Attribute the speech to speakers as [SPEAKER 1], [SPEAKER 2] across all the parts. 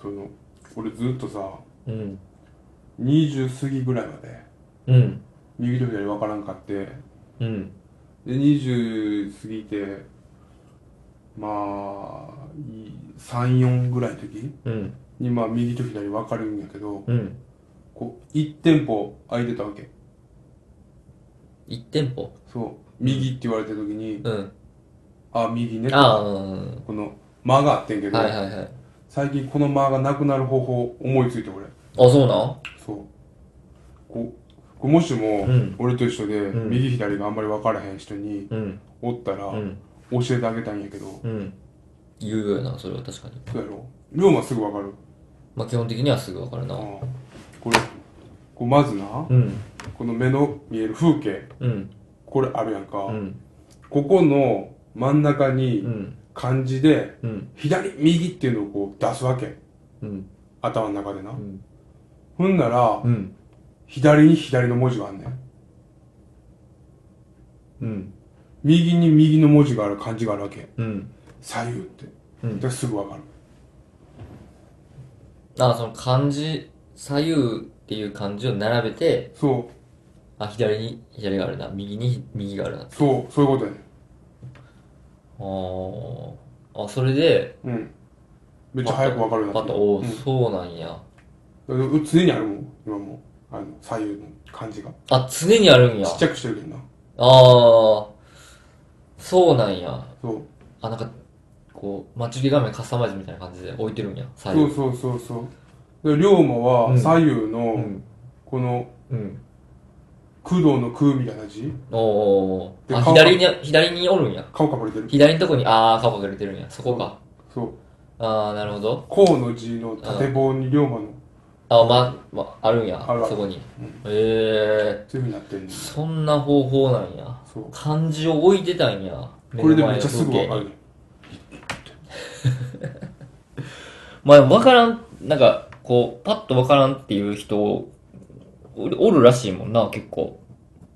[SPEAKER 1] その俺ずっとさ
[SPEAKER 2] うん
[SPEAKER 1] 20過ぎぐらいまで
[SPEAKER 2] うん
[SPEAKER 1] 右と左分からんかってで
[SPEAKER 2] うん
[SPEAKER 1] 20過ぎてまあ34ぐらいの時
[SPEAKER 2] うん
[SPEAKER 1] にまあ右と左分かるんやけど
[SPEAKER 2] うん
[SPEAKER 1] こう1店舗空いてたわけ
[SPEAKER 2] 1店舗
[SPEAKER 1] そう右って言われた時に
[SPEAKER 2] うん
[SPEAKER 1] あ右ね
[SPEAKER 2] ああうん
[SPEAKER 1] この間があってんけど、
[SPEAKER 2] はいはいはいあ
[SPEAKER 1] 最近この間がなくなる方法思いついて俺
[SPEAKER 2] そうなん
[SPEAKER 1] そうこうこうもしも
[SPEAKER 2] うん
[SPEAKER 1] 俺と一緒で
[SPEAKER 2] ん
[SPEAKER 1] 右左があんまり分からへん人に
[SPEAKER 2] うん
[SPEAKER 1] おったら
[SPEAKER 2] うん
[SPEAKER 1] 教えてあげたいんやけど
[SPEAKER 2] うん言うようなそれは確かに
[SPEAKER 1] そうやろ龍馬すぐ分かる
[SPEAKER 2] まあ基本的にはすぐ分かるな
[SPEAKER 1] ああこれこうまずな
[SPEAKER 2] うん
[SPEAKER 1] この目の見える風景
[SPEAKER 2] うん
[SPEAKER 1] これあるやんか、
[SPEAKER 2] うん
[SPEAKER 1] ここの真ん中
[SPEAKER 2] う
[SPEAKER 1] に
[SPEAKER 2] ん
[SPEAKER 1] 漢字で
[SPEAKER 2] うん
[SPEAKER 1] 左右っていうのをこう出すわけ
[SPEAKER 2] うん
[SPEAKER 1] 頭の中でな、
[SPEAKER 2] ん
[SPEAKER 1] ほんなら
[SPEAKER 2] うん
[SPEAKER 1] 左に左の文字があんねん
[SPEAKER 2] うん
[SPEAKER 1] 右に右の文字がある漢字があるわけ
[SPEAKER 2] うん
[SPEAKER 1] 左右って
[SPEAKER 2] う
[SPEAKER 1] だ
[SPEAKER 2] ん
[SPEAKER 1] からすぐわかる
[SPEAKER 2] ああその漢字左右っていう漢字を並べて
[SPEAKER 1] そ
[SPEAKER 2] あ左に左があるな右に右があるなあ
[SPEAKER 1] うそうそういうことやね
[SPEAKER 2] ーあそれで
[SPEAKER 1] うんめっちゃ早くわかるように
[SPEAKER 2] パ
[SPEAKER 1] なっ
[SPEAKER 2] ッ
[SPEAKER 1] て
[SPEAKER 2] と
[SPEAKER 1] る
[SPEAKER 2] おお、
[SPEAKER 1] うん
[SPEAKER 2] そうなんや
[SPEAKER 1] だから常にあるもん今もうあの左右の漢字が
[SPEAKER 2] あ常にあるんや
[SPEAKER 1] ちっちゃくしてるけどな
[SPEAKER 2] ああ、そうなんや。
[SPEAKER 1] そう
[SPEAKER 2] あ、なんか、こう、祭り画面カスタマイズみたいな感じで置いてるんや、左
[SPEAKER 1] そう
[SPEAKER 2] 右。
[SPEAKER 1] そうそうそうで龍馬
[SPEAKER 2] う
[SPEAKER 1] は
[SPEAKER 2] ん
[SPEAKER 1] 左右
[SPEAKER 2] う
[SPEAKER 1] の
[SPEAKER 2] ん。
[SPEAKER 1] この
[SPEAKER 2] うん。
[SPEAKER 1] 工藤の空みたいな字
[SPEAKER 2] おーおー
[SPEAKER 1] で
[SPEAKER 2] おーあ、
[SPEAKER 1] 顔
[SPEAKER 2] 左に、左におるんや。
[SPEAKER 1] 顔隠れてる
[SPEAKER 2] 左のとこに、あー、カバがれてるんや。そこか。
[SPEAKER 1] そう
[SPEAKER 2] あー、なるほど。
[SPEAKER 1] 甲の字の縦棒に龍馬の
[SPEAKER 2] あ、ま、ま、あるんや
[SPEAKER 1] あるあ。る
[SPEAKER 2] そこに
[SPEAKER 1] うん。
[SPEAKER 2] え
[SPEAKER 1] そういうふうになってる
[SPEAKER 2] ー、そんな方法なんや。
[SPEAKER 1] そう
[SPEAKER 2] 漢字を置いてたんや。
[SPEAKER 1] これで
[SPEAKER 2] 目の
[SPEAKER 1] め
[SPEAKER 2] 前
[SPEAKER 1] っ
[SPEAKER 2] の
[SPEAKER 1] ちゃすぐわかる
[SPEAKER 2] 風景に
[SPEAKER 1] ね
[SPEAKER 2] まあ、わからん、なんか、こう、パッとわからんっていう人、おおるらしいもんな、結構。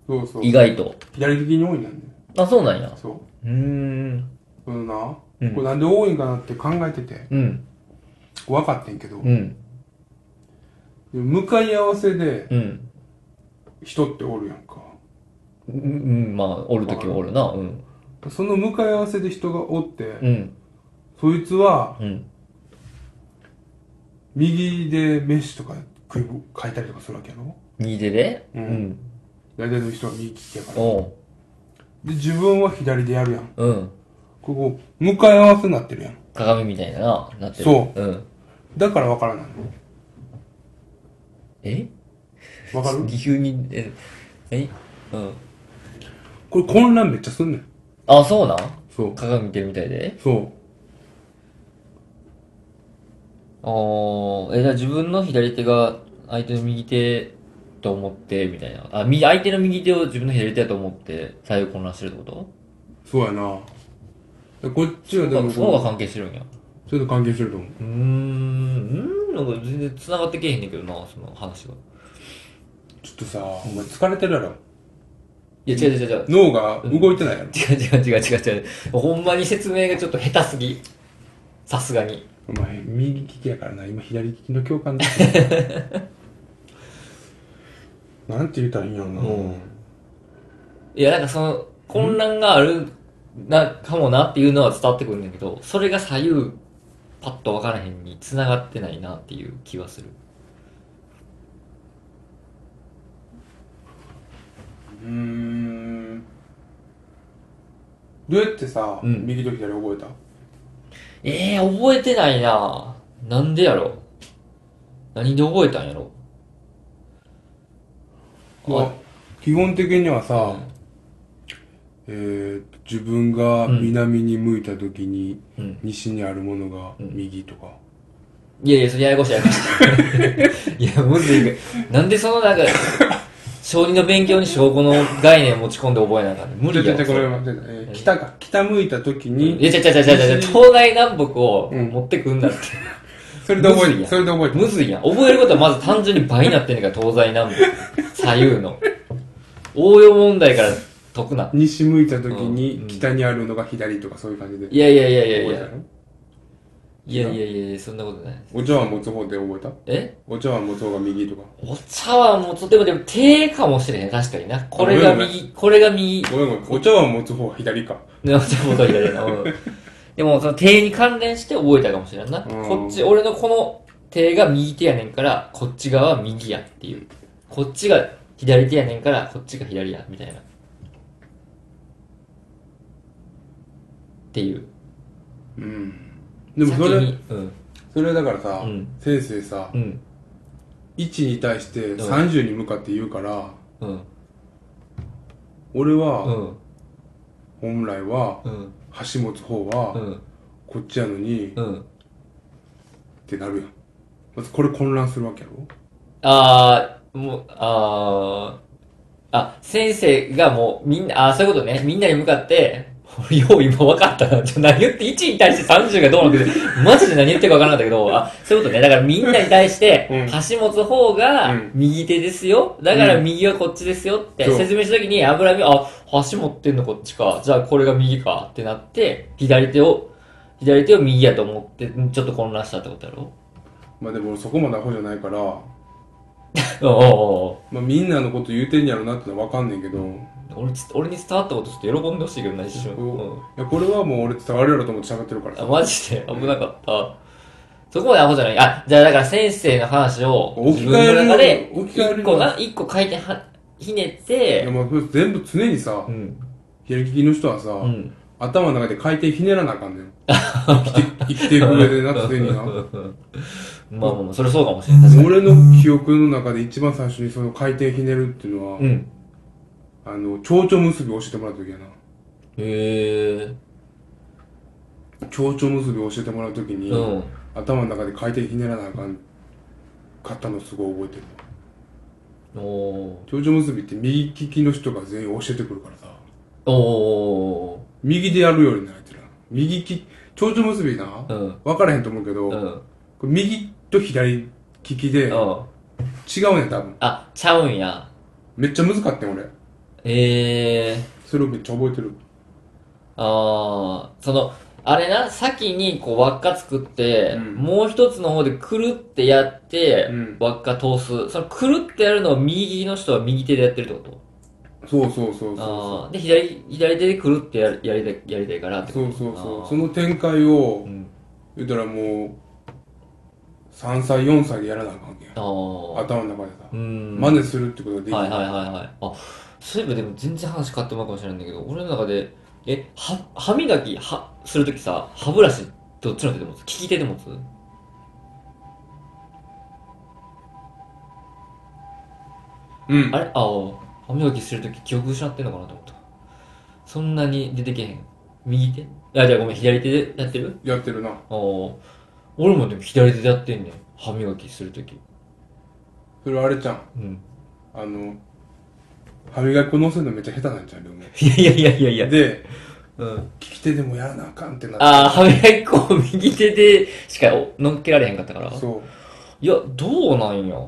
[SPEAKER 1] そうそう
[SPEAKER 2] 意外と。
[SPEAKER 1] 左利きに多いんだね
[SPEAKER 2] あ、そうなんや。
[SPEAKER 1] そう
[SPEAKER 2] ーん。
[SPEAKER 1] うのな、
[SPEAKER 2] うん
[SPEAKER 1] これなんで多いんかなって考えてて
[SPEAKER 2] うん。
[SPEAKER 1] 分かってんけど、
[SPEAKER 2] うん。
[SPEAKER 1] 向かい合わせで
[SPEAKER 2] うん。
[SPEAKER 1] 人っておるやんか
[SPEAKER 2] うんうん。まあ、おるときはおるな。うん。
[SPEAKER 1] その向かい合わせで人がおって、
[SPEAKER 2] うん。
[SPEAKER 1] そいつは
[SPEAKER 2] うん。
[SPEAKER 1] 右で飯とか食いぶ書いたりとかするわけやろ
[SPEAKER 2] 右手で
[SPEAKER 1] う
[SPEAKER 2] うんん。
[SPEAKER 1] 大体の人は右利きやから
[SPEAKER 2] おう。
[SPEAKER 1] で自分は左でやるやん
[SPEAKER 2] うん。
[SPEAKER 1] ここ向かい合わせになってるやん
[SPEAKER 2] 鏡みたいなな、なってる。。
[SPEAKER 1] そう
[SPEAKER 2] うん。
[SPEAKER 1] だから分からない
[SPEAKER 2] え
[SPEAKER 1] の分かる
[SPEAKER 2] 急に、え、えうん。
[SPEAKER 1] これ混乱めっちゃすんねん
[SPEAKER 2] あ、そうなん
[SPEAKER 1] そう
[SPEAKER 2] 鏡見てるみたいで
[SPEAKER 1] そう
[SPEAKER 2] あー、え、じゃあ自分の左手が相手の右手と思って、みたいな。あ、み、相手の右手を自分の左手だと思って、左右混乱してるってこと
[SPEAKER 1] そうやなでこっちはでも
[SPEAKER 2] そこが
[SPEAKER 1] こ
[SPEAKER 2] 関係してるんや。
[SPEAKER 1] うちょっと関係してると思う
[SPEAKER 2] うーん、うんなんか全然繋がってけえへんねんけどな、その話が。
[SPEAKER 1] ちょっとさお前疲れてるやろ
[SPEAKER 2] いや、違う違う違う。
[SPEAKER 1] 脳が動いてないやろ
[SPEAKER 2] 違う違う違う違う違う。ほんまに説明がちょっと下手すぎ。さすがに。
[SPEAKER 1] お前右利きやからな今左利きの共感だって るなんて言ったらいいんやろな、
[SPEAKER 2] うんいや、なんかその、混乱がある、な、かもなっていうのは伝わってくるんだけど、それが左右、パッとわからへんに繋がってないなっていう気はする。
[SPEAKER 1] うーんどうやってさ、
[SPEAKER 2] うん
[SPEAKER 1] 右と左覚えた
[SPEAKER 2] ええー、覚えてないななんでやろ何で覚えたんやろ
[SPEAKER 1] まあ基本的にはさ、
[SPEAKER 2] うん
[SPEAKER 1] えー自分が南に向いた時に、
[SPEAKER 2] うん
[SPEAKER 1] 西にあるものが右とか、
[SPEAKER 2] いやいや、それややこしいややこしい。い や、むずい。なんでそのなんか、小児の勉強に証拠の概念持ち込んで覚えなあかんねん無
[SPEAKER 1] ちょ
[SPEAKER 2] 理
[SPEAKER 1] ちょ
[SPEAKER 2] よ
[SPEAKER 1] ちょ。ご
[SPEAKER 2] そ
[SPEAKER 1] め
[SPEAKER 2] れ
[SPEAKER 1] んごめんえー北か北向いた時に、
[SPEAKER 2] いや、ちゃちゃちゃちゃちゃ、東西南北を持ってくんだって。
[SPEAKER 1] それで覚
[SPEAKER 2] むずい
[SPEAKER 1] えて
[SPEAKER 2] やん
[SPEAKER 1] それで覚えて
[SPEAKER 2] むずいやん。覚えることはまず単純に倍になってんねんから、東西南北。左右の。応用問題から解くな。
[SPEAKER 1] 西向いた時に、
[SPEAKER 2] うん
[SPEAKER 1] 北にあるのが左とかそういう感じで
[SPEAKER 2] いやいやいやいやい
[SPEAKER 1] 覚え
[SPEAKER 2] や
[SPEAKER 1] た。の
[SPEAKER 2] いやいやいや、そんなことないです。
[SPEAKER 1] お茶碗持つ方で覚えた
[SPEAKER 2] え
[SPEAKER 1] お茶碗持つ方が右とか。
[SPEAKER 2] お茶碗もとてもでも手かもしれへん。確かにな。これが
[SPEAKER 1] ごめん
[SPEAKER 2] 右、これが右。
[SPEAKER 1] ごめんごめん。お茶碗持つ方が左か。
[SPEAKER 2] でも手元左やな。うんでも、その手に関連して覚えたかもしれんな。
[SPEAKER 1] うん
[SPEAKER 2] こっち、俺のこの手が右手やねんから、こっち側は右やっていう。こっちが左手やねんから、こっちが左や、みたいな。っていう。
[SPEAKER 1] うん。でもそ
[SPEAKER 2] 先
[SPEAKER 1] れ、
[SPEAKER 2] にうん。
[SPEAKER 1] それだからさ、
[SPEAKER 2] うん
[SPEAKER 1] 先生さ
[SPEAKER 2] う、ん。
[SPEAKER 1] 1に対して30に向かって言うから、
[SPEAKER 2] うん。
[SPEAKER 1] 俺
[SPEAKER 2] う
[SPEAKER 1] は、
[SPEAKER 2] ん。
[SPEAKER 1] 本来は、
[SPEAKER 2] うん。
[SPEAKER 1] 箸持つ方
[SPEAKER 2] う
[SPEAKER 1] は、
[SPEAKER 2] ん。
[SPEAKER 1] こっちやのに、っ
[SPEAKER 2] うん。
[SPEAKER 1] てなるやん。まずこれ混乱するわけやろ
[SPEAKER 2] あー、もう、あー、あ、先生がもうみんな、あー、そういうことね。みんなに向かって、 俺よう今分かったな。ちょ、何言って、1に対して30がどうなってて、マジで何言ってるか分からなかったけど、あ、そういうことね。だからみんなに対して
[SPEAKER 1] うん、
[SPEAKER 2] 箸持つ方
[SPEAKER 1] う
[SPEAKER 2] が
[SPEAKER 1] ん
[SPEAKER 2] 右手ですよ。だから
[SPEAKER 1] うん
[SPEAKER 2] 右はこっちですよって
[SPEAKER 1] そう
[SPEAKER 2] 説明した時に、油見、あ、箸持ってんのこっちか。じゃあこれが右かってなって、左手を、左手を右やと思って、ちょっと混乱したってことやろ
[SPEAKER 1] まあでも俺そこまでアホじゃないから、
[SPEAKER 2] おうおうおう
[SPEAKER 1] まあみんなのこと言うてんやろなってのはわかんねんけど、い
[SPEAKER 2] 俺ち俺に伝わったことちょっと喜んでほしいけどな一瞬、
[SPEAKER 1] お
[SPEAKER 2] う
[SPEAKER 1] やこれはもう俺伝わるやろと思って喋ってるから
[SPEAKER 2] ん、あ
[SPEAKER 1] さ。
[SPEAKER 2] マジで危なかったそこまでアホじゃないあじゃあだから先生の話を
[SPEAKER 1] 置
[SPEAKER 2] 自
[SPEAKER 1] き換える
[SPEAKER 2] 分の中で
[SPEAKER 1] 置き換える
[SPEAKER 2] 一個な一個回転はひねっ
[SPEAKER 1] いや
[SPEAKER 2] て
[SPEAKER 1] まあそれ全部常にさ
[SPEAKER 2] う、ん
[SPEAKER 1] 左利きの人はさ、
[SPEAKER 2] うん
[SPEAKER 1] 頭の中で回転ひねらなあか んねん。生きて、生きていく上でな、常にな。
[SPEAKER 2] まあまあまあそれそうかもしれない確かに
[SPEAKER 1] 俺の記憶の中で一番最初にその回転ひねるっていうのは、
[SPEAKER 2] うん
[SPEAKER 1] あの、蝶々結び教えてもらった時やな。
[SPEAKER 2] へえ
[SPEAKER 1] 蝶々結び教えてもらう時に、
[SPEAKER 2] うん
[SPEAKER 1] 頭の中で回転ひねらなあかんかったのすごい覚えてる。
[SPEAKER 2] おお
[SPEAKER 1] 蝶々結びって右利きの人が全員教えてくるからさ、
[SPEAKER 2] ーお
[SPEAKER 1] 右でやるようになれてるな。右利き、蝶々結びな
[SPEAKER 2] ー、うん
[SPEAKER 1] 分からへんと思うけど、
[SPEAKER 2] うんう
[SPEAKER 1] こ
[SPEAKER 2] ん
[SPEAKER 1] れ右と左利きで、違うねん多分。
[SPEAKER 2] あちゃうんや
[SPEAKER 1] めっちゃ難かったよ俺。
[SPEAKER 2] ええー
[SPEAKER 1] それをめっちゃ覚えてる。
[SPEAKER 2] ああ、その、あれな、先にこう輪っか作って、
[SPEAKER 1] うん
[SPEAKER 2] もう一つの方でくるってやって、
[SPEAKER 1] うん
[SPEAKER 2] 輪っか通す。そのくるってやるのを右の人は右手でやってるってこと
[SPEAKER 1] そうそうそうそう
[SPEAKER 2] あ
[SPEAKER 1] そ
[SPEAKER 2] あ、で、左、左手でくるってややりたい、やりたいからっ
[SPEAKER 1] う。
[SPEAKER 2] てこ
[SPEAKER 1] そう
[SPEAKER 2] と
[SPEAKER 1] そうそ
[SPEAKER 2] あ
[SPEAKER 1] う。
[SPEAKER 2] ー
[SPEAKER 1] その展開を
[SPEAKER 2] う、ん。
[SPEAKER 1] 言うたらもう、3歳、4歳でやらなあかんわけや。
[SPEAKER 2] ああ、
[SPEAKER 1] 頭の中でさ
[SPEAKER 2] う。ん。
[SPEAKER 1] 真似するってことができる。
[SPEAKER 2] はいはいはいはい。あ、そういえばでも全然話変わってもらうかもしれないんだけど、俺の中で、え、は、歯磨き、は、するときさ、歯ブラシ、どっちの手で持つ利き手で持つ
[SPEAKER 1] うん。
[SPEAKER 2] あれあお歯磨きするとき記憶失ってんのかなと思った。そんなに出てけへん。右手あ、じゃあごめん、左手でやってる
[SPEAKER 1] やってるな。
[SPEAKER 2] あお俺もでも左手でやってんねん。歯磨きするとき。
[SPEAKER 1] それはあれちゃん。
[SPEAKER 2] うん。
[SPEAKER 1] あの、歯磨き粉乗せるのめっちゃ下手なんちゃう両面
[SPEAKER 2] いやいやいやいやいや。
[SPEAKER 1] で、
[SPEAKER 2] うん。
[SPEAKER 1] 利き手でもやらなあかんってなって。
[SPEAKER 2] ああ、歯磨き粉を右手でしかお乗っけられへんかったから。
[SPEAKER 1] そう。
[SPEAKER 2] いや、どうなんや。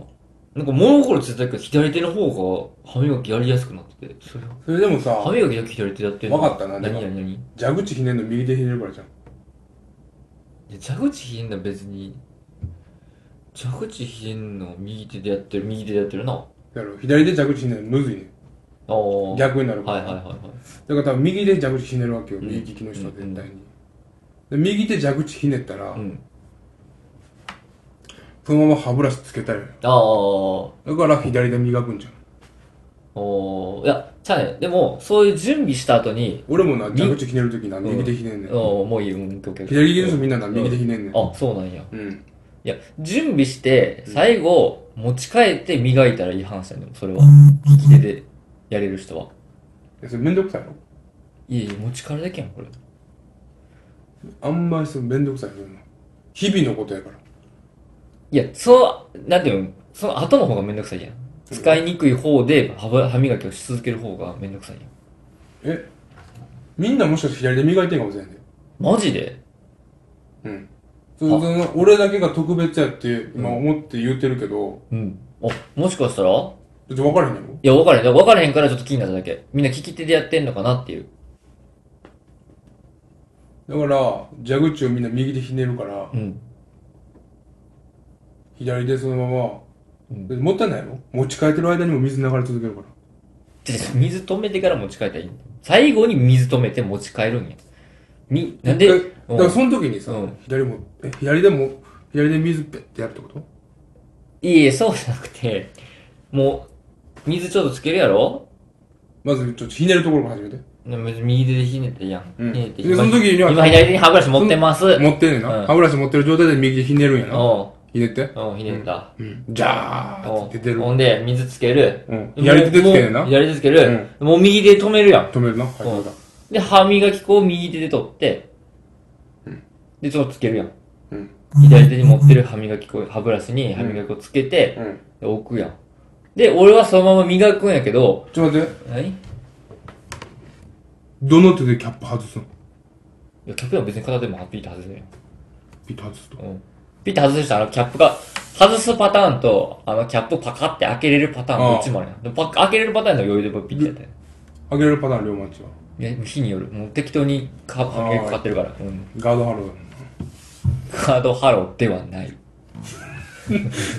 [SPEAKER 2] なんか物心ついた時から左手の方が歯磨きやりやすくなってて。それ
[SPEAKER 1] それでもさ
[SPEAKER 2] 歯、磨きだけ左手でやってんの
[SPEAKER 1] わかったなでも
[SPEAKER 2] 何何何
[SPEAKER 1] 蛇口ひねるの右手ひねるからじゃん。
[SPEAKER 2] いや蛇口ひねんの別に蛇口ひねんの右手でやってる右手でやってるなあ
[SPEAKER 1] だから左手蛇口ひねるのむずいね
[SPEAKER 2] あはい
[SPEAKER 1] 逆になるから。
[SPEAKER 2] はいはいはい
[SPEAKER 1] だから多分右で蛇口ひねるわけよ、
[SPEAKER 2] うん
[SPEAKER 1] 右利きの人は絶対に、で右手蛇口ひねったら、
[SPEAKER 2] うん
[SPEAKER 1] そのまま歯ブラシつけたいのよ
[SPEAKER 2] ああ
[SPEAKER 1] だから左で磨くんじゃん
[SPEAKER 2] おーいやちゃうねんでもそういう準備した後に
[SPEAKER 1] 俺もな
[SPEAKER 2] み
[SPEAKER 1] 蛇口ひねるときな右手ひねんねん、
[SPEAKER 2] おーもういいようんオッケーオッケー
[SPEAKER 1] 左利きの人みんなな右手ひねんねん
[SPEAKER 2] あそうなんや
[SPEAKER 1] うん
[SPEAKER 2] いや準備して最後持ち帰って磨いたらいい話なんだよそれは右手でやれる人は
[SPEAKER 1] えそれめんどくさいやろ
[SPEAKER 2] いやいや持ち帰るだけやんこれ
[SPEAKER 1] あんまりそれめんどくさいよな日々のことやから
[SPEAKER 2] いや、そう、なんていうの、その後の方がめんどくさいやん。使いにくい方で歯ぶ歯磨きをし続ける方がめんどくさいやん。
[SPEAKER 1] えみんなもしかして左で磨いてんかもしれんで
[SPEAKER 2] マジで
[SPEAKER 1] うんそその俺だけが特別やって今思って言うてるけど、
[SPEAKER 2] うん。あ、もしかしたらい
[SPEAKER 1] だって分からへんやろ
[SPEAKER 2] や、わからへん。わからへんからちょっと気になっただけ。みんな聞き手でやってんのかなっていう。
[SPEAKER 1] だから、蛇口をみんな右でひねるから、
[SPEAKER 2] うん。
[SPEAKER 1] 左でそのま
[SPEAKER 2] うん
[SPEAKER 1] ま、もったいないよ。持ち帰ってる間にも水流れ続けるから。
[SPEAKER 2] 水止めてから持ち帰ったらいいんだ最後に水止めて持ち帰るんや。み、なんで、
[SPEAKER 1] 一
[SPEAKER 2] う
[SPEAKER 1] 回だ
[SPEAKER 2] ん
[SPEAKER 1] からその時にさ、
[SPEAKER 2] うん
[SPEAKER 1] 左も、え、左でも、左で水ペッてやるってこと
[SPEAKER 2] いえいえ、そうじゃなくて、もう、水ちょっとつけるやろ
[SPEAKER 1] まずちょっとひねるところから始めて。
[SPEAKER 2] でも右手でひねっていいやん。
[SPEAKER 1] うん
[SPEAKER 2] ひねって
[SPEAKER 1] でその時には
[SPEAKER 2] 今左手に歯ブラシ持ってます。
[SPEAKER 1] 持ってんねんな。
[SPEAKER 2] うん
[SPEAKER 1] 歯ブラシ持ってる状態で右でひねるんやな。
[SPEAKER 2] う
[SPEAKER 1] ひねって。
[SPEAKER 2] ん。うん、ひねった。
[SPEAKER 1] うん。じゃーって出て
[SPEAKER 2] うん
[SPEAKER 1] る。
[SPEAKER 2] ほんで、水つける。
[SPEAKER 1] うん左手でつけるな
[SPEAKER 2] もう左手つける。もう右手で止めるやん。
[SPEAKER 1] 止めるな。はい、そうだ。
[SPEAKER 2] で、歯磨き粉を右手で取って、で、そのつけるやん。
[SPEAKER 1] うん。
[SPEAKER 2] 左手に持ってる歯磨き粉、歯ブラシに歯磨き粉つけて、
[SPEAKER 1] うん。
[SPEAKER 2] で置くやん。で、俺はそのまま磨くんやけど、
[SPEAKER 1] ちょっと待って。
[SPEAKER 2] 何い
[SPEAKER 1] どの手でキャップ外すの
[SPEAKER 2] や、キャップは別に片手でもピッて外せるやん。
[SPEAKER 1] ピッと外すと。
[SPEAKER 2] うん。ピッて外したあのキャップが、外すパターンと、あのキャップパカって開けれるパターン
[SPEAKER 1] ああ
[SPEAKER 2] どっちもあるやん。でパカ開けれるパターンの余裕でピッてやったやん。
[SPEAKER 1] 上げれるパターン、両マッチは。
[SPEAKER 2] いや、日による。もう適当にか、歯磨き粉買ってるから。うん。
[SPEAKER 1] ガードハロー
[SPEAKER 2] カードハローではない。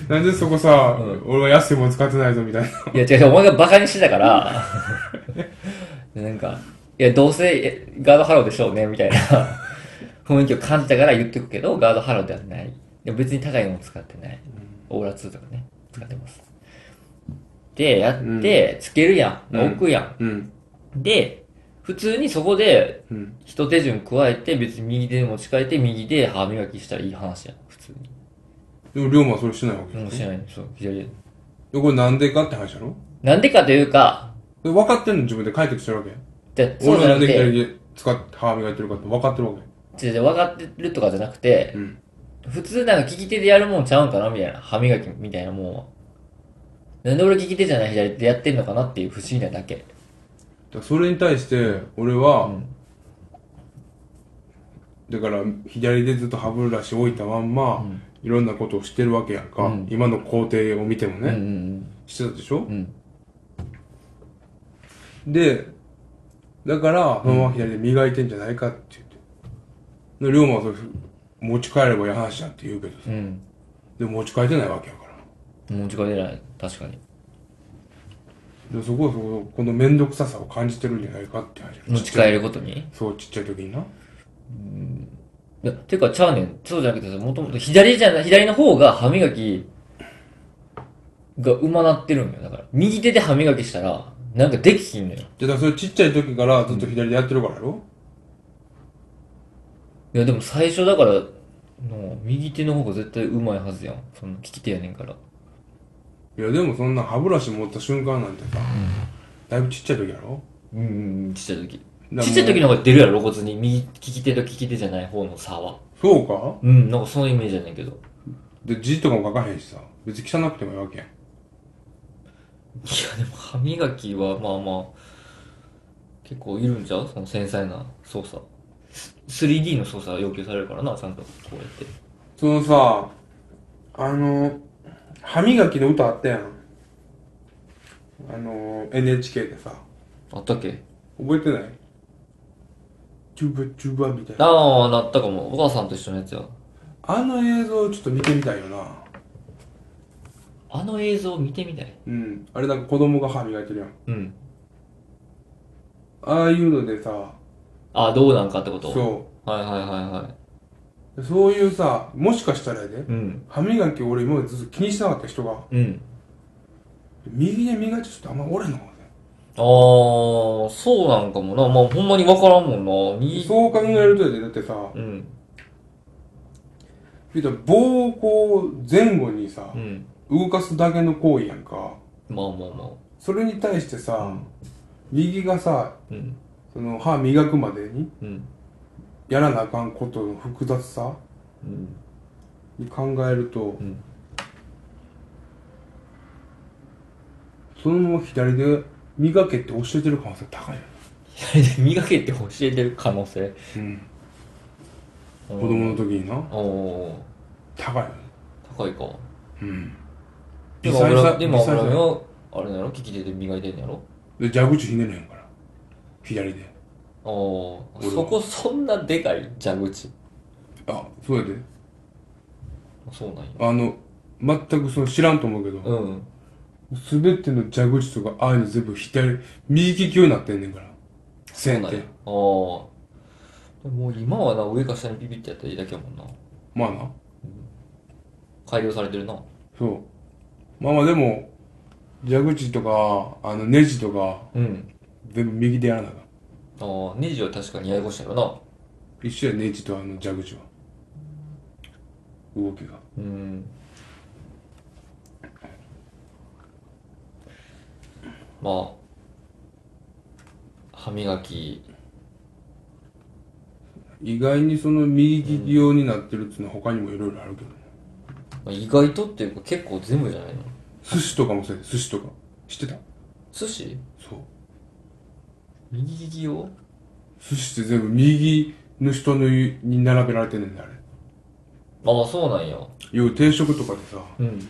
[SPEAKER 1] だなんでそこさ、
[SPEAKER 2] ん
[SPEAKER 1] 俺は安いもん使ってないぞみたいな。
[SPEAKER 2] いや違う違う、お前がバカにしてたから、 なんか、いや、どうせえガードハローでしょうね、みたいな雰囲気を感じたから言ってくけど、ガードハローではない。いや別に高いもの使ってない。オーラ2とかね、使ってます。で、やって、つけるやん。
[SPEAKER 1] うん
[SPEAKER 2] 置くや
[SPEAKER 1] うん。
[SPEAKER 2] ん。で、普通にそこで、
[SPEAKER 1] うん。
[SPEAKER 2] 一手順加えて、別に右手持ち替えて、右で歯磨きしたらいい話やん。普通に。
[SPEAKER 1] でも、龍馬はそれしてないわけ。
[SPEAKER 2] 面白いね。そう、左で。
[SPEAKER 1] でこれなんでかって話だろ
[SPEAKER 2] なんでかというか、
[SPEAKER 1] で分かってんの自分で解決してるわけ。
[SPEAKER 2] でそう
[SPEAKER 1] 俺
[SPEAKER 2] じ
[SPEAKER 1] はな
[SPEAKER 2] ゃなん
[SPEAKER 1] で
[SPEAKER 2] くて、
[SPEAKER 1] 左で使って歯磨いてるかって分かってるわけ。
[SPEAKER 2] 違う違う分かってるとかじゃなくて、
[SPEAKER 1] うん
[SPEAKER 2] 普通なんか利き手でやるもんちゃうんかなみたいな。歯磨きみたいなもんは。なんで俺利き手じゃない左手でやってんのかなっていう不思議なだけ。
[SPEAKER 1] だからそれに対して俺は、
[SPEAKER 2] うん
[SPEAKER 1] だから左でずっと歯ブラシ置いたまんま、
[SPEAKER 2] ん
[SPEAKER 1] いろんなことをしてるわけやんか、
[SPEAKER 2] うん
[SPEAKER 1] 今の工程を見ても
[SPEAKER 2] うんう
[SPEAKER 1] ね、
[SPEAKER 2] ん
[SPEAKER 1] してたでしょ
[SPEAKER 2] うん。うん。
[SPEAKER 1] でだからそのまま左で磨いてんじゃないかって言って、で龍馬はそれ持ち帰ればいい話だって言うけどさ
[SPEAKER 2] うん。
[SPEAKER 1] でも持ち帰ってないわけやから
[SPEAKER 2] 持ち帰れない。確かに。
[SPEAKER 1] でそこはそここの面倒くささを感じてるんじゃないかって話
[SPEAKER 2] 持ち帰ることに。
[SPEAKER 1] そうちっちゃい時にない
[SPEAKER 2] や、てか、ちゃうねん。そうじゃなくてさ、もともと左じゃない、左の方が歯磨きがうまなってるんよ。だから、右手で歯磨きしたら、なんかできひんのよ。
[SPEAKER 1] でだからそれちっちゃい時からずっと左でやってるからやろ、
[SPEAKER 2] いやでも最初だからの右手の方が絶対うまいはずやんその利き手やねんから
[SPEAKER 1] いやでもそんな歯ブラシ持った瞬間なんてさ、だいぶちっちゃい時やろ
[SPEAKER 2] うんうんうんちっちゃい
[SPEAKER 1] だ
[SPEAKER 2] 時
[SPEAKER 1] からもう
[SPEAKER 2] ちっちゃい時の方が出るやろ露骨に右利き手と利き手じゃない方の差は
[SPEAKER 1] そうか
[SPEAKER 2] うんなんかそのイメージやねんけどい
[SPEAKER 1] で字とかも書かへんしさ別に汚くてもいいわけやん
[SPEAKER 2] やでも歯磨きはまあまあ結構いるんちゃうその繊細な操作す 3D の操作が要求されるからなちゃんとこうやって
[SPEAKER 1] そのさあの歯磨きの歌あったやんあの NHK でさ
[SPEAKER 2] あったっけ
[SPEAKER 1] 覚えてないチュバチュバみたいな
[SPEAKER 2] ああなったかもお母さんと一緒のやつや
[SPEAKER 1] あの映像ちょっと見てみたいよな
[SPEAKER 2] あの映像見てみたい
[SPEAKER 1] うんあれなんか子供が歯磨いてるやん
[SPEAKER 2] うん
[SPEAKER 1] ああいうのでさ
[SPEAKER 2] ああどうなんかってこと
[SPEAKER 1] そ
[SPEAKER 2] はいはいはいは
[SPEAKER 1] うそういうさもしかしたらやで
[SPEAKER 2] いうん
[SPEAKER 1] 歯磨き俺今までずっと気にしてなかった人が
[SPEAKER 2] うん
[SPEAKER 1] 右で磨いてちょっとあんまおれへんのかもね
[SPEAKER 2] あー、そうなんかもな。まあ、ほんまにわからんもんな。に
[SPEAKER 1] そう考えるとやでだってさ
[SPEAKER 2] うん。
[SPEAKER 1] 言うたら棒をこう前後にさ
[SPEAKER 2] う、ん。
[SPEAKER 1] 動かすだけの行為やんか
[SPEAKER 2] まあまあまあ。
[SPEAKER 1] それに対してさ、右がさ
[SPEAKER 2] うん。
[SPEAKER 1] その歯磨くまでに
[SPEAKER 2] うん。
[SPEAKER 1] やらなあかんことの複雑さ
[SPEAKER 2] うん。
[SPEAKER 1] に考えると、
[SPEAKER 2] ん
[SPEAKER 1] そのまま左で磨けって教えてる可能性高いよ、
[SPEAKER 2] 左手磨けって教えてる可能性。
[SPEAKER 1] うん、
[SPEAKER 2] 子
[SPEAKER 1] 子供の時にな
[SPEAKER 2] おー、
[SPEAKER 1] 高いよ、
[SPEAKER 2] 高いか。
[SPEAKER 1] うん、
[SPEAKER 2] でも、油でも
[SPEAKER 1] 微細さ
[SPEAKER 2] 油身は、あれなの利き手で磨いてんのやろ
[SPEAKER 1] で蛇口ひねれへんから左で
[SPEAKER 2] あおー
[SPEAKER 1] 俺は
[SPEAKER 2] そこそんなでかい蛇口。
[SPEAKER 1] あ、そうやで。
[SPEAKER 2] そうなんや。
[SPEAKER 1] あの、全くその知らんと思うけど、
[SPEAKER 2] うん。
[SPEAKER 1] すべての蛇口とか、ああいうの全部左、右利きになってんねんから。
[SPEAKER 2] そう
[SPEAKER 1] 線
[SPEAKER 2] な
[SPEAKER 1] っ
[SPEAKER 2] んや。あ
[SPEAKER 1] て。
[SPEAKER 2] あ。もう今はな、上か下にビビってやったらいいだけやもんな。
[SPEAKER 1] まあな。
[SPEAKER 2] 改良されてるな。
[SPEAKER 1] そう。まあまあでも、蛇口とか、あの、ネジとか、
[SPEAKER 2] うん。
[SPEAKER 1] 全部右でやらなあかん。
[SPEAKER 2] ああ、ネジは確かにややこしいやろな。
[SPEAKER 1] 一緒や、ネジとあの蛇口は。動きが。
[SPEAKER 2] うん。まあ、歯磨き、
[SPEAKER 1] 意外にその右利き用になってるっていうのは他にもいろいろあるけどね。
[SPEAKER 2] まあ、意外とっていうか結構全部じゃないの
[SPEAKER 1] 寿司とかもそうやで寿司とか。知ってた
[SPEAKER 2] 寿司
[SPEAKER 1] そう。
[SPEAKER 2] 右利き用
[SPEAKER 1] 寿司って全部右の人のに並べられてんねんで、あれ。
[SPEAKER 2] ああ、そうなんや。
[SPEAKER 1] 要は定食とかでさ、
[SPEAKER 2] うん。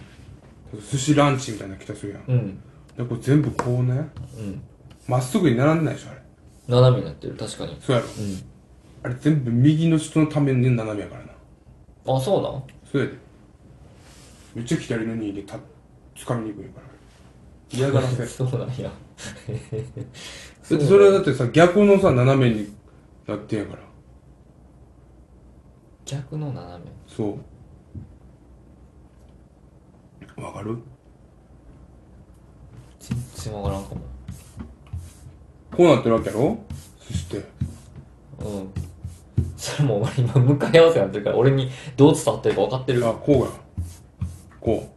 [SPEAKER 1] 寿司ランチみたいなの来たりするやん。
[SPEAKER 2] うん。
[SPEAKER 1] で、これ全部こうね、
[SPEAKER 2] うん。
[SPEAKER 1] まっすぐに並んでないでしょ、あれ。
[SPEAKER 2] 斜めになってる、確かに。
[SPEAKER 1] そうやろ。
[SPEAKER 2] う
[SPEAKER 1] あれ全部右の人のために斜めやからな。
[SPEAKER 2] ん。あ、そうなん
[SPEAKER 1] そうやで。めっちゃ左の2でた、掴みにくいから。嫌 がらせ。
[SPEAKER 2] そうなんや。
[SPEAKER 1] だってそれはだってさ、逆のさ、斜めになってんやから。
[SPEAKER 2] 逆の斜め。
[SPEAKER 1] そう。わかる
[SPEAKER 2] 全然わからんかも。
[SPEAKER 1] こうなってるわけやろそして。
[SPEAKER 2] うん。それもうお前今向かい合わせになってるから、俺にどう伝わってるか分かってる。うん。
[SPEAKER 1] あ、こうや。こ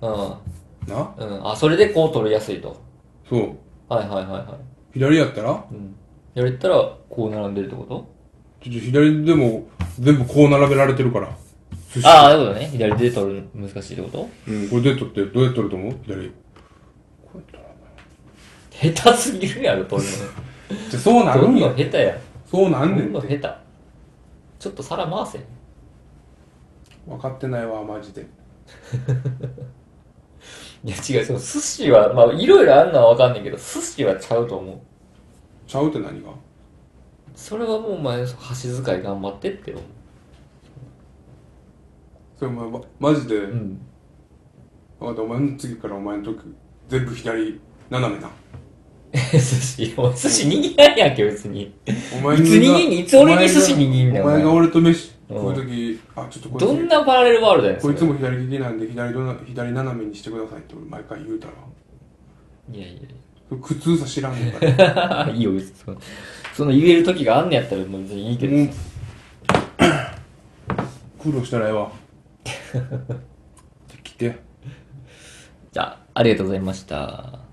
[SPEAKER 1] う。な
[SPEAKER 2] うん。あ、それでこう取りやすいと。
[SPEAKER 1] そう。
[SPEAKER 2] はいはいはいは
[SPEAKER 1] 左やったら
[SPEAKER 2] い。うん。やれたら、こう並んでるってこと
[SPEAKER 1] ちょっと左でも全部こう並べられてるから。寿司
[SPEAKER 2] ああ、なるほどね。左で取るの難しいってこと
[SPEAKER 1] うん、これで取って、どうやって取ると思う左。こうやったら
[SPEAKER 2] 下手すぎるやろ、取る
[SPEAKER 1] じゃあそう
[SPEAKER 2] の。
[SPEAKER 1] な
[SPEAKER 2] 取
[SPEAKER 1] るん
[SPEAKER 2] るの
[SPEAKER 1] や
[SPEAKER 2] 下。手や。
[SPEAKER 1] そうなんね
[SPEAKER 2] 取る
[SPEAKER 1] ん
[SPEAKER 2] の
[SPEAKER 1] っ
[SPEAKER 2] 下
[SPEAKER 1] て。
[SPEAKER 2] 手。ちょっと皿回せ。
[SPEAKER 1] 分かってないわ、マジで。
[SPEAKER 2] いや違う、その寿司は、まあいろいろあるのはわかんないけど、寿司はちゃうと思う。
[SPEAKER 1] ちゃうって何が
[SPEAKER 2] それはもうお前、箸使い頑張ってって思
[SPEAKER 1] それも、ま、マジで、
[SPEAKER 2] う。ん。
[SPEAKER 1] 分かった、お前の次からお前の時、全部左、斜めな。
[SPEAKER 2] 寿司、お前寿司握らんやんけ、別に。
[SPEAKER 1] お前
[SPEAKER 2] いつ握んいつ俺に寿司
[SPEAKER 1] お前が
[SPEAKER 2] 握んねん
[SPEAKER 1] お前が
[SPEAKER 2] お前
[SPEAKER 1] 俺と飯、
[SPEAKER 2] うん
[SPEAKER 1] こういう時、あ、ちょっとこいつ
[SPEAKER 2] どんなパラレルワールドやねん、
[SPEAKER 1] こいつ
[SPEAKER 2] それ
[SPEAKER 1] も左利きなんで左どな、左斜めにしてくださいって俺毎回言うたら、
[SPEAKER 2] いやい
[SPEAKER 1] 苦痛さ知らんねんから。
[SPEAKER 2] やいや。いいよ、別に。そのその言える時があんねやったら、もう別にいいけど
[SPEAKER 1] も
[SPEAKER 2] さ
[SPEAKER 1] う。苦労したらええ わ来て
[SPEAKER 2] じゃあ、ありがとうございました。